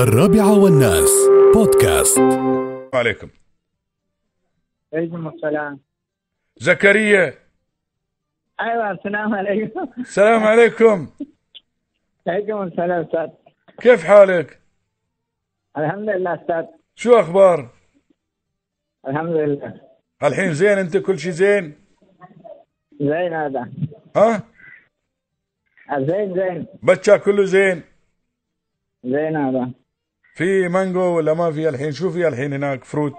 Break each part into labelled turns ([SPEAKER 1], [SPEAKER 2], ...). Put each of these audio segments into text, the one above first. [SPEAKER 1] الرابعة والناس بودكاست
[SPEAKER 2] عليكم
[SPEAKER 3] عليكم السلام
[SPEAKER 2] زكريا
[SPEAKER 3] ايوه السلام عليكم
[SPEAKER 2] السلام عليكم
[SPEAKER 3] عليكم السلام استاذ
[SPEAKER 2] كيف حالك
[SPEAKER 3] الحمد لله استاذ
[SPEAKER 2] شو اخبار
[SPEAKER 3] الحمد لله
[SPEAKER 2] الحين زين انت كل شيء زين
[SPEAKER 3] زين هذا
[SPEAKER 2] ها
[SPEAKER 3] زين زين
[SPEAKER 2] بچا كله زين
[SPEAKER 3] زين هذا
[SPEAKER 2] في مانجو ولا ما في الحين شو في الحين هناك فروت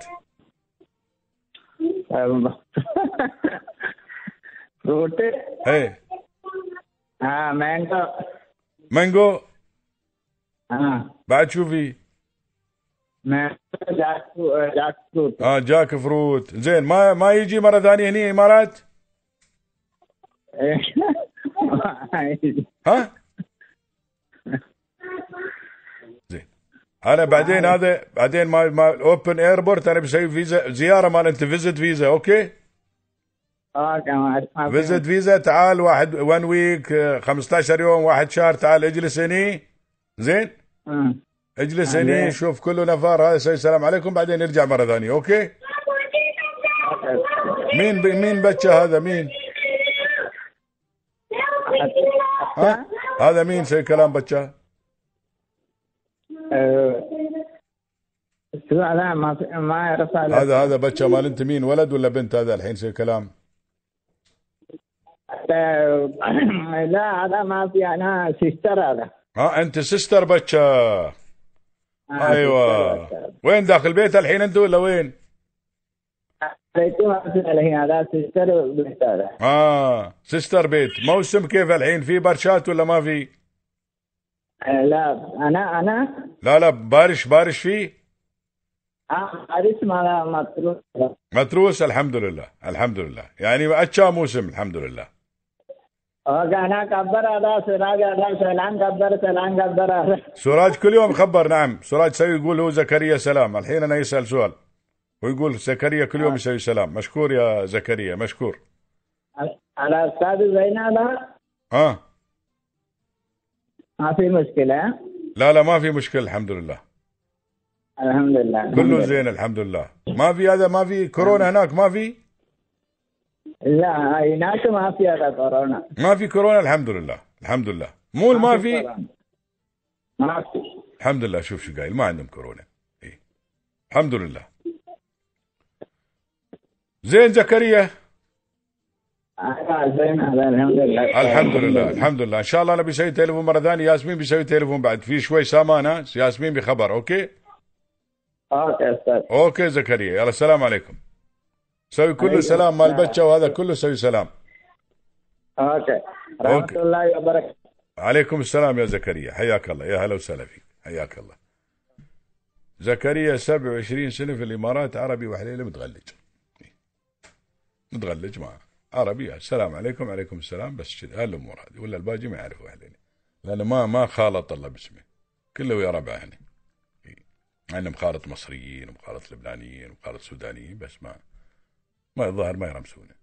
[SPEAKER 3] fruit
[SPEAKER 2] ايه
[SPEAKER 3] mango
[SPEAKER 2] مانجو بعد شو في
[SPEAKER 3] mango jack Jack fruit
[SPEAKER 2] اه جاك فروت زين ما ما يجي مره ثانيه هني امارات ها زين انا بعدين هذا بعدين ما ما الاوبن ايربورت انا بسوي فيزا زياره مال انت فيزت فيزا اوكي
[SPEAKER 3] okay
[SPEAKER 2] فيزت فيزا تعال واحد 1 ويك 15 يوم واحد شهر تعال اجلس هني زين اجلس هني
[SPEAKER 3] عليك.
[SPEAKER 2] شوف كله نفر هذا يسوي السلام عليكم بعدين نرجع مره ثانيه اوكي مين ب... مين بتشا هذا مين ها هذا مين سوي كلام بتشا
[SPEAKER 3] لا ما في- ما يعرف على
[SPEAKER 2] هذا هذا بتشا مال انت مين ولد ولا بنت هذا الحين سوي كلام
[SPEAKER 3] لا هذا ما في انا سيستر هذا
[SPEAKER 2] ها انت سيستر بتشا
[SPEAKER 3] أنا
[SPEAKER 2] ايوه
[SPEAKER 3] sister هذا.
[SPEAKER 2] وين داخل بيت الحين انت ولا وين
[SPEAKER 3] عليكم السلام هي هذا سيستر بنت هذا
[SPEAKER 2] اه سيستر بيت موسم كيف الحين في برشات ولا ما في
[SPEAKER 3] لا انا انا
[SPEAKER 2] لا لا بارش بارش فيه
[SPEAKER 3] عارف ما مطروح
[SPEAKER 2] متروس الحمد لله الحمد لله يعني اتشا موسم الحمد لله
[SPEAKER 3] انا كبر هذا سراج هذا سلام كبر سلام كبر هذا
[SPEAKER 2] سراج كل يوم خبر نعم سراج سوي يقول هو زكريا سلام الحين انا يسال سؤال ويقول زكريا كل يوم يسوي سلام مشكور يا زكريا مشكور
[SPEAKER 3] على استاذ زين هذا
[SPEAKER 2] اه
[SPEAKER 3] ما في مشكله
[SPEAKER 2] لا لا ما في مشكله الحمد لله
[SPEAKER 3] الحمد لله
[SPEAKER 2] كله زين الحمد لله ما في هذا ما في كورونا هناك ما في
[SPEAKER 3] لا هناك ما في هذا كورونا
[SPEAKER 2] ما في كورونا الحمد لله الحمد لله مول ما في
[SPEAKER 3] كورونا. ما في
[SPEAKER 2] الحمد لله شوف شو قايل ما عندهم كورونا إيه. الحمد لله زين زكريا
[SPEAKER 3] آه، زين هذا الحمد لله
[SPEAKER 2] الحمد لله الحمد لله ان شاء الله انا بسوي تليفون مره ثانيه ياسمين بسوي تليفون بعد في شوي سامانه ياسمين بخبر اوكي
[SPEAKER 3] اوكي استاذ
[SPEAKER 2] اوكي زكريا يلا السلام عليكم سوي كله
[SPEAKER 3] عليكم
[SPEAKER 2] سلام مال
[SPEAKER 3] السلام.
[SPEAKER 2] بچه وهذا كله سوي سلام
[SPEAKER 3] اوكي رحمه
[SPEAKER 2] أوكي.
[SPEAKER 3] الله وبركاته
[SPEAKER 2] عليكم السلام يا زكريا حياك الله يا هلا وسهلا فيك حياك الله زكريا 27 سنة في الإمارات عربي وحليله متغلج متغلج معه عربي السلام عليكم عليكم السلام بس كذا هالأمور هذه ولا الباقي ما يعرفوا أهلنا لأنه ما ما خالط الله باسمه كله ويا ربعه هنا أنا مخالط مصريين ومخالط لبنانيين ومخالط سودانيين بس ما ما الظاهر ما يرمسونه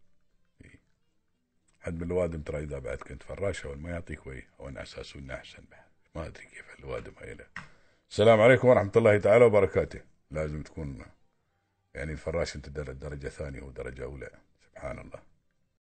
[SPEAKER 2] حد من الوادم ترى اذا بعد كنت فراش اول ما يعطيك وي او أنا اساس انه احسن بعد ما ادري كيف الوادم هايله السلام عليكم ورحمه الله تعالى وبركاته لازم تكون يعني الفراش انت در- درجه ثانيه ودرجه اولى سبحان الله